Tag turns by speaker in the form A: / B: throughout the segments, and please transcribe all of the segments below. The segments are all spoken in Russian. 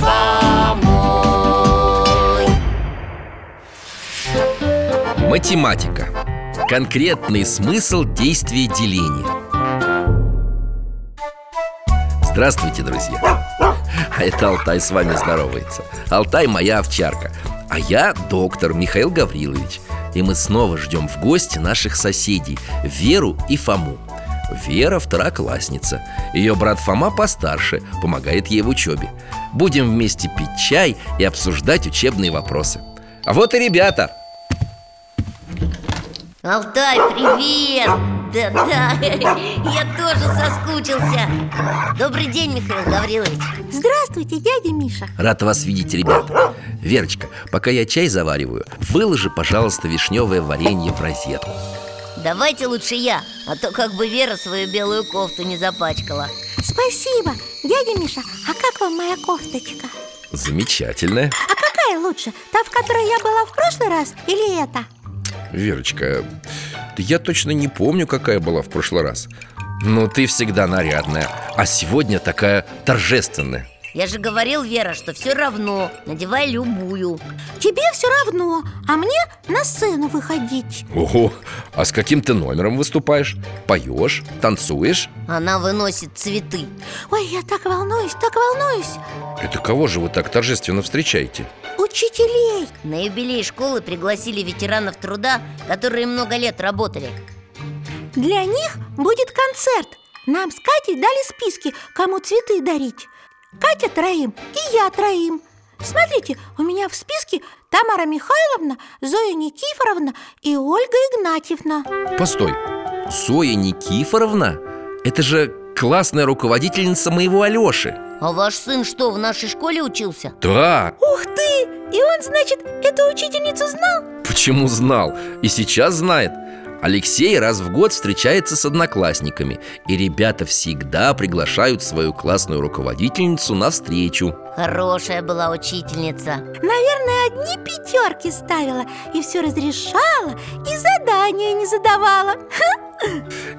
A: Фомой
B: Математика. Конкретный смысл действия деления. Здравствуйте, друзья. А это Алтай с вами здоровается. Алтай моя овчарка. А я доктор Михаил Гаврилович. И мы снова ждем в гости наших соседей Веру и Фому. Вера второклассница. Ее брат Фома постарше, помогает ей в учебе. Будем вместе пить чай и обсуждать учебные вопросы. А вот и ребята.
C: Алтай, привет! Да-да, я тоже соскучился Добрый день, Михаил Гаврилович
D: Здравствуйте, дядя Миша
B: Рад вас видеть, ребята Верочка, пока я чай завариваю Выложи, пожалуйста, вишневое варенье в розетку
C: Давайте лучше я, а то как бы Вера свою белую кофту не запачкала
D: Спасибо, дядя Миша А как вам моя кофточка?
B: Замечательно
D: А какая лучше? Та, в которой я была в прошлый раз или эта?
B: Верочка, я точно не помню, какая была в прошлый раз Ну, ты всегда нарядная А сегодня такая торжественная
C: Я же говорил, Вера, что все равно Надевай любую
D: Тебе все равно, а мне на сцену выходить
B: Ого, а с каким ты номером выступаешь? Поешь? Танцуешь?
C: Она выносит цветы
D: Ой, я так волнуюсь, так волнуюсь
B: Это кого же вы так торжественно встречаете?
D: Учителей
C: На юбилей школы пригласили ветеранов труда, которые много лет работали
D: Для них будет концерт Нам с Катей дали списки, кому цветы дарить Катя троим и я троим Смотрите, у меня в списке Тамара Михайловна, Зоя Никифоровна и Ольга Игнатьевна
B: Постой, Зоя Никифоровна? Это же классная руководительница моего Алеши
C: А ваш сын что, в нашей школе учился?
B: Да,
D: Ух ты! И он, значит, эту учительницу знал?
B: почему знал? И сейчас знает Алексей раз в год встречается с одноклассниками И ребята всегда приглашают свою классную руководительницу на встречу
C: Хорошая была учительница
D: Наверное, одни пятерки ставила И все разрешала, и задания не задавала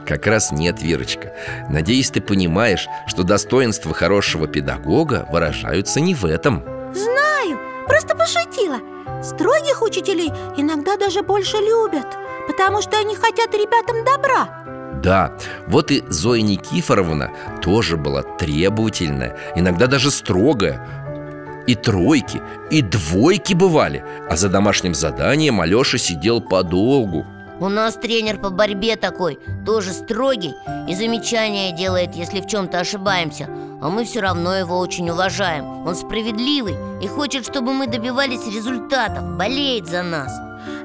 B: Как раз нет, Верочка Надеюсь, ты понимаешь, что достоинства хорошего педагога выражаются не в этом
D: Знаю, просто пошутила Строгих учителей иногда даже больше любят Потому что они хотят ребятам добра
B: Да, вот и Зоя Никифоровна тоже была требовательная, иногда даже строгая. И тройки, и двойки бывали, а за домашним заданием Алеша сидел подолгу.
C: У нас тренер по борьбе такой, тоже строгий И замечания делает, если в чем-то ошибаемся А мы все равно его очень уважаем Он справедливый и хочет, чтобы мы добивались результатов Болеет за нас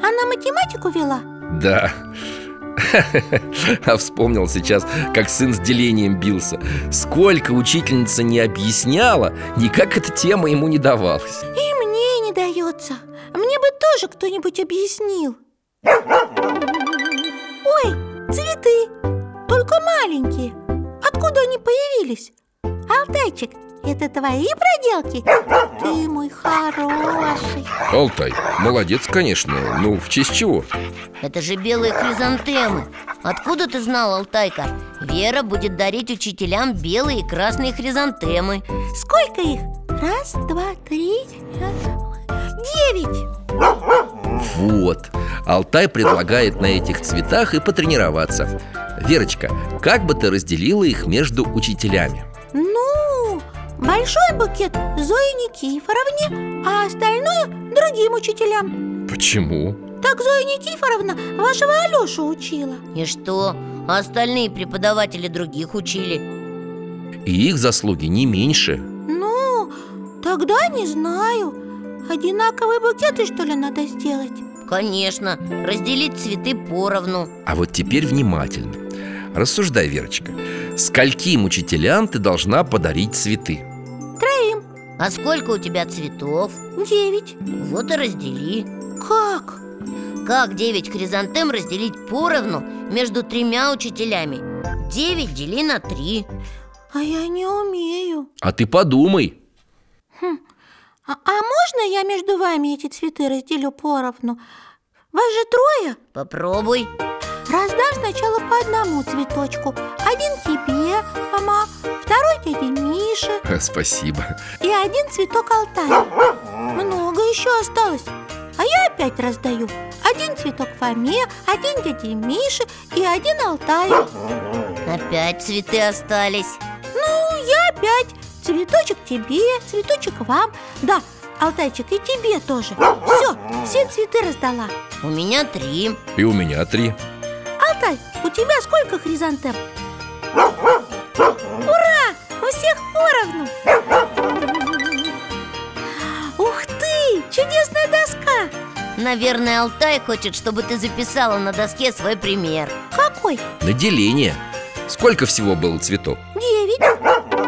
D: Она математику вела?
B: Да. А вспомнил сейчас, как сын с делением бился. Сколько учительница не объясняла, никак эта тема ему не давалась.
D: И мне не дается Мне бы тоже кто-нибудь объяснил Ой, цветы Только маленькие Откуда они появились? Алтайчик, это твои проделки? Ты мой хороший
B: Алтай, молодец, конечно. Ну, в честь чего?
C: Это же белые хризантемы Откуда ты знал, Алтайка? Вера будет дарить учителям белые и красные хризантемы
D: Сколько их? Раз, два, три, раз, девять
B: Вот, Алтай предлагает на этих цветах и потренироваться Верочка, как бы ты разделила их между учителями?
D: Ну, большой букет Зое Никифоровне, а остальное другим учителям
B: Почему?
D: Так Зоя Никифоровна вашего Алешу учила
C: И что? А остальные преподаватели других учили
B: И их заслуги не меньше
D: Ну, тогда не знаю Одинаковые букеты, что ли, надо сделать?
C: Конечно, разделить цветы поровну
B: А вот теперь внимательно Рассуждай, Верочка Скольким учителям ты должна подарить цветы?
D: Троим
C: А сколько у тебя цветов?
D: Девять
C: Вот и раздели
D: Как Как?
C: Как 9 хризантем разделить поровну между тремя учителями? 9 дели на 3
D: А я не умею
B: А ты подумай
D: а, а можно я между вами эти цветы разделю поровну? Вас же трое
C: Попробуй
D: Раздам сначала по одному цветочку Один тебе, мама, второй дяде Мише
B: Ха, Спасибо
D: и один цветок Алтая Много еще осталось А я опять раздаю Один цветок Фоме, один дяде Мише и один Алтаю
C: Опять цветы остались
D: Ну, я опять Цветочек тебе, цветочек вам Да, Алтайчик, и тебе тоже Все, все цветы раздала
C: У меня три
B: И у меня три
D: Алтай, у тебя сколько хризантем? Ура! У всех поровну! Ух ты! Чудесная доска!
C: Наверное, Алтай хочет, чтобы ты записала на доске свой пример
D: Какой?
B: На деление Сколько всего было цветов?
D: Девять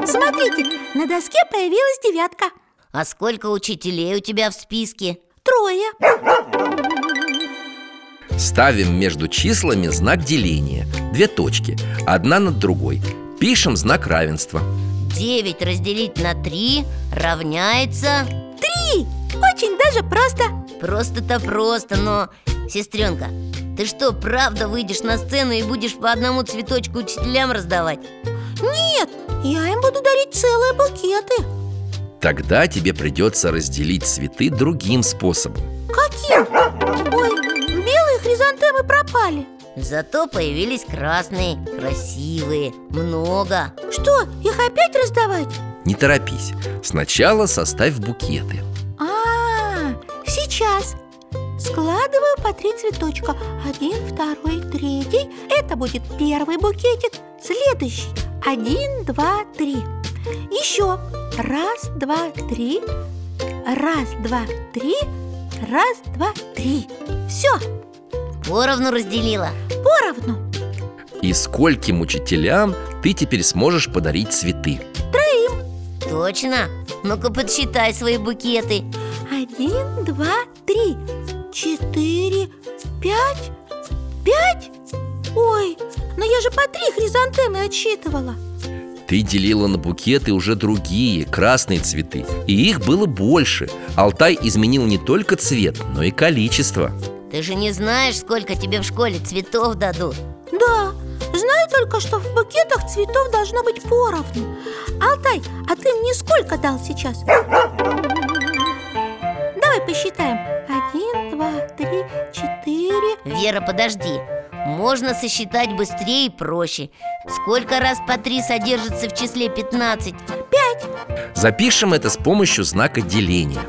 D: Смотрите, на доске появилась девятка
C: А сколько учителей у тебя в списке?
D: Трое
B: Ставим между числами знак деления Две точки, одна над другой Пишем знак равенства
C: 9 разделить на 3 равняется
D: Три! Очень даже просто
C: Просто-то просто, но... Сестренка, ты что, правда выйдешь на сцену и будешь по одному цветочку учителям раздавать?
D: Нет, я им буду дарить целые букеты
B: Тогда тебе придется разделить цветы другим способом
D: Каким? Ой, белые хризантемы пропали
C: Зато появились красные, красивые, много
D: Что, их опять раздавать?
B: Не торопись Сначала составь букеты
D: А, сейчас Складываю по три цветочка Один, второй, третий Это будет первый букетик Следующий Один, два, три Еще Раз, два, три Раз, два, три Раз, два, три Все,
C: Поровну разделила
D: поровну
B: И скольким учителям ты теперь сможешь подарить цветы
C: Точно? Ну-ка подсчитай свои букеты
D: Один, два, три Четыре, пять Пять? Ой, но я же по три хризантемы отсчитывала
B: Ты делила на букеты уже другие, красные цветы И их было больше Алтай изменил не только цвет, но и количество
C: Ты же не знаешь, сколько тебе в школе цветов дадут
D: Да, знаю только, что в букетах цветов должно быть поровну Алтай, а ты мне сколько дал сейчас? Давай посчитаем Один, два, три, четыре
C: Вера, подожди Можно сосчитать быстрее и проще Сколько раз по три содержится в числе 15?
D: Пять
B: Запишем это с помощью знака деления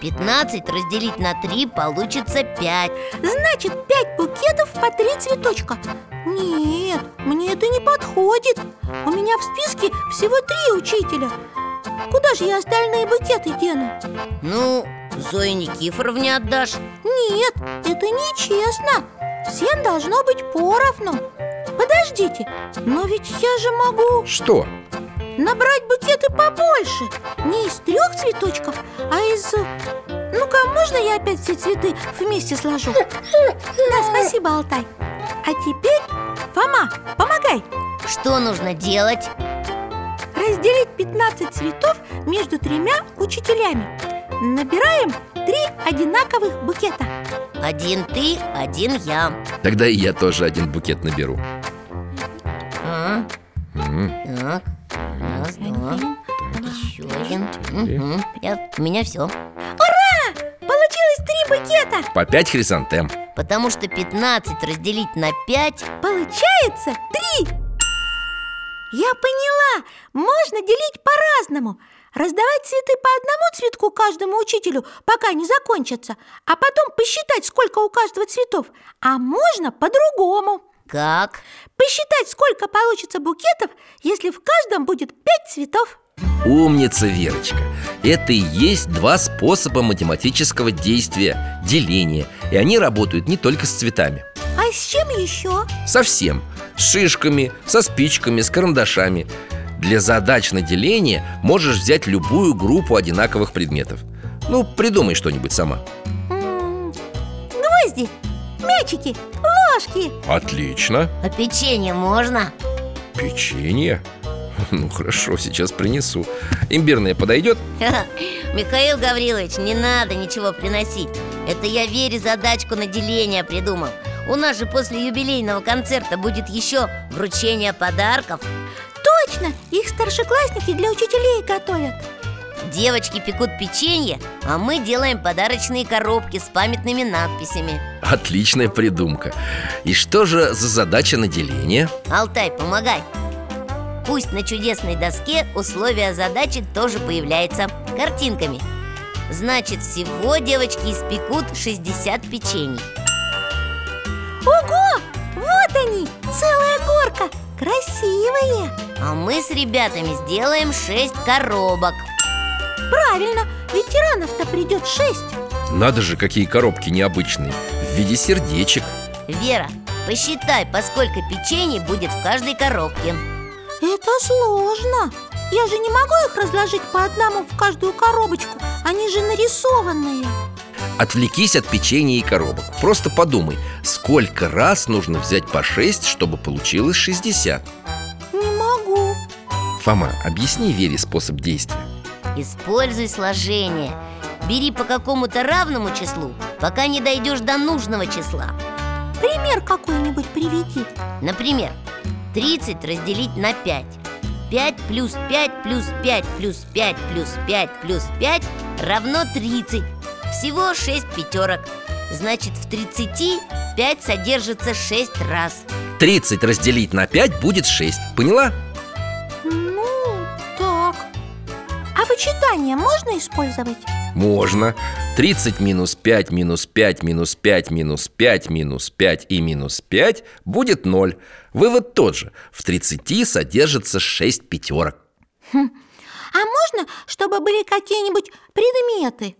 C: 15 разделить на 3 получится 5
D: Значит, пять букетов по три цветочка Нет, мне это не подходит У меня в списке всего три учителя Куда же я остальные букеты дену?
C: Ну, Зое Никифоровне отдашь
D: Нет, это нечестно Всем должно быть поровну Подождите, но ведь я же могу
B: Что?
D: набрать букеты побольше Не из трех цветочков, а из... э, Ну-ка, можно я опять все цветы вместе сложу? Да, спасибо, Алтай А теперь, Фома, помогай
C: Что нужно делать?
D: Разделить 15 цветов между тремя учителями Набираем три одинаковых букета
C: Один ты, один я
B: Тогда и я тоже один букет наберу
C: А,
B: М,
C: Так, раз, два, еще один Мгм. Я- У меня все
D: Получилось три букета
B: По пять хризантем
C: Потому что 15 разделить на 5
D: Получается три Я поняла, можно делить по-разному Раздавать цветы по одному цветку каждому учителю, пока не закончатся А потом посчитать, сколько у каждого цветов А можно по-другому
C: Как?
D: Посчитать, сколько получится букетов, если в каждом будет пять цветов
B: Умница, Верочка Это и есть два способа математического действия Деление И они работают не только с цветами
D: А с чем еще?
B: Совсем С шишками, со спичками, с карандашами Для задач на деление можешь взять любую группу одинаковых предметов Ну, придумай что-нибудь сама
D: М, М-м-м. Гвозди, мячики, ложки
B: Отлично,
C: А печенье можно?
B: печенье Ну хорошо, сейчас принесу Имбирное подойдет?
C: Михаил Гаврилович, не надо ничего приносить Это я Вере задачку на деление придумал У нас же после юбилейного концерта будет еще вручение подарков
D: Точно, их старшеклассники для учителей готовят
C: Девочки пекут печенье, а мы делаем подарочные коробки с памятными надписями
B: Отличная придумка И что же за задача на деление?
C: Алтай, помогай Пусть на чудесной доске условия задачи тоже появляются картинками Значит, всего девочки испекут 60 печений
D: Ого, вот они, целая горка Красивые
C: А мы с ребятами сделаем 6 коробок
D: Правильно, ветеранов-то придет шесть
B: Надо же, какие коробки необычные В виде сердечек
C: Вера, посчитай, поскольку печенье будет в каждой коробке
D: Это сложно Я же не могу их разложить по одному в каждую коробочку Они же нарисованные
B: Отвлекись от печенья и коробок Просто подумай, сколько раз нужно взять по 6, чтобы получилось 60
D: Не могу
B: Фома, объясни Вере способ действия
C: Используй сложение Бери по какому-то равному числу, пока не дойдешь до нужного числа
D: Пример какой-нибудь приведи
C: Например, 30 разделить на 5 5 плюс 5 плюс 5 плюс 5 плюс 5 плюс 5 равно 30 Всего 6 пятерок Значит, в 30 5 содержится 6 раз
B: 30 разделить на 5 будет 6, поняла?
D: Ну, так А вычитание можно использовать?
B: Можно 30 минус 5 минус 5 минус 5 минус 5 минус 5 и минус 5 будет 0 Вывод тот же, в 30 содержится 6 пятерок
D: А можно, чтобы были какие-нибудь предметы?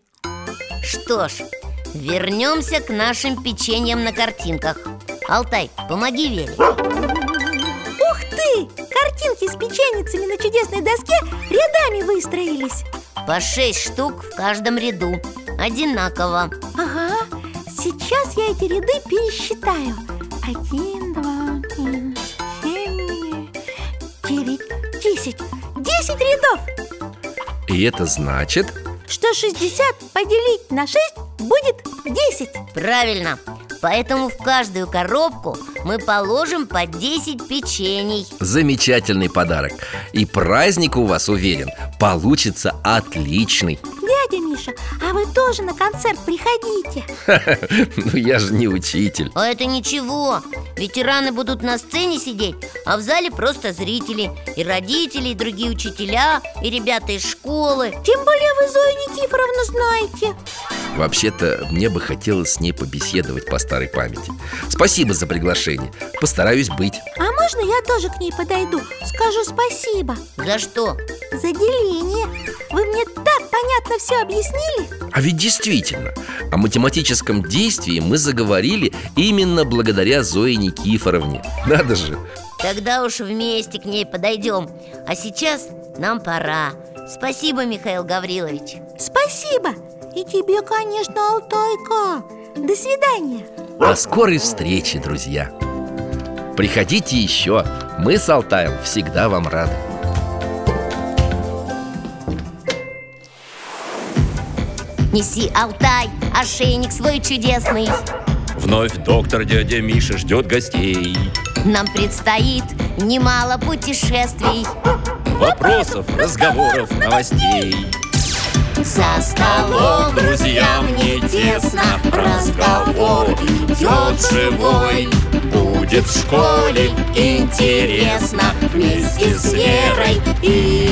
C: Что ж, вернемся к нашим печеньям на картинках Алтай, помоги Вере
D: Ух ты! Картинки с печеницами на чудесной доске рядами выстроились
C: По 6 штук в каждом ряду Одинаково
D: Ага, сейчас я эти ряды пересчитаю Один, два, три, семь, девять, десять Десять рядов!
B: И это значит,
D: Что 60 поделить на 6 будет 10
C: Правильно Поэтому в каждую коробку мы положим по 10 печений
B: замечательный подарок И праздник у вас, уверен, получится отличный
D: Дядя Миша, а вы тоже на концерт приходите
B: Ну я же не учитель
C: А это ничего Ветераны будут на сцене сидеть А в зале просто зрители И родители, и другие учителя И ребята из школы
D: Тем более вы Зою Никифоровну знаете
B: Вообще-то мне бы хотелось с ней побеседовать по старой памяти Спасибо за приглашение, постараюсь быть
D: А можно я тоже к ней подойду? Скажу спасибо
C: За что?
D: за деление Вы мне так понятно все объяснили
B: А ведь действительно, о математическом действии мы заговорили именно благодаря Зое Никифоровне Надо же,
C: Тогда уж вместе к ней подойдем А сейчас нам пора Спасибо, Михаил Гаврилович
D: Спасибо И тебе, конечно, Алтайка До свидания
B: до скорой встречи, друзья Приходите еще, мы с Алтаем всегда вам рады
C: Неси, Алтай, ошейник свой чудесный
A: Вновь доктор дядя Миша ждет гостей
C: Нам предстоит немало путешествий
A: Вопросов, разговоров, новостей
C: За
A: Алло,
C: столом
A: друзьям не тесно Разговор идет живой Будет в школе интересно Вместе с Верой и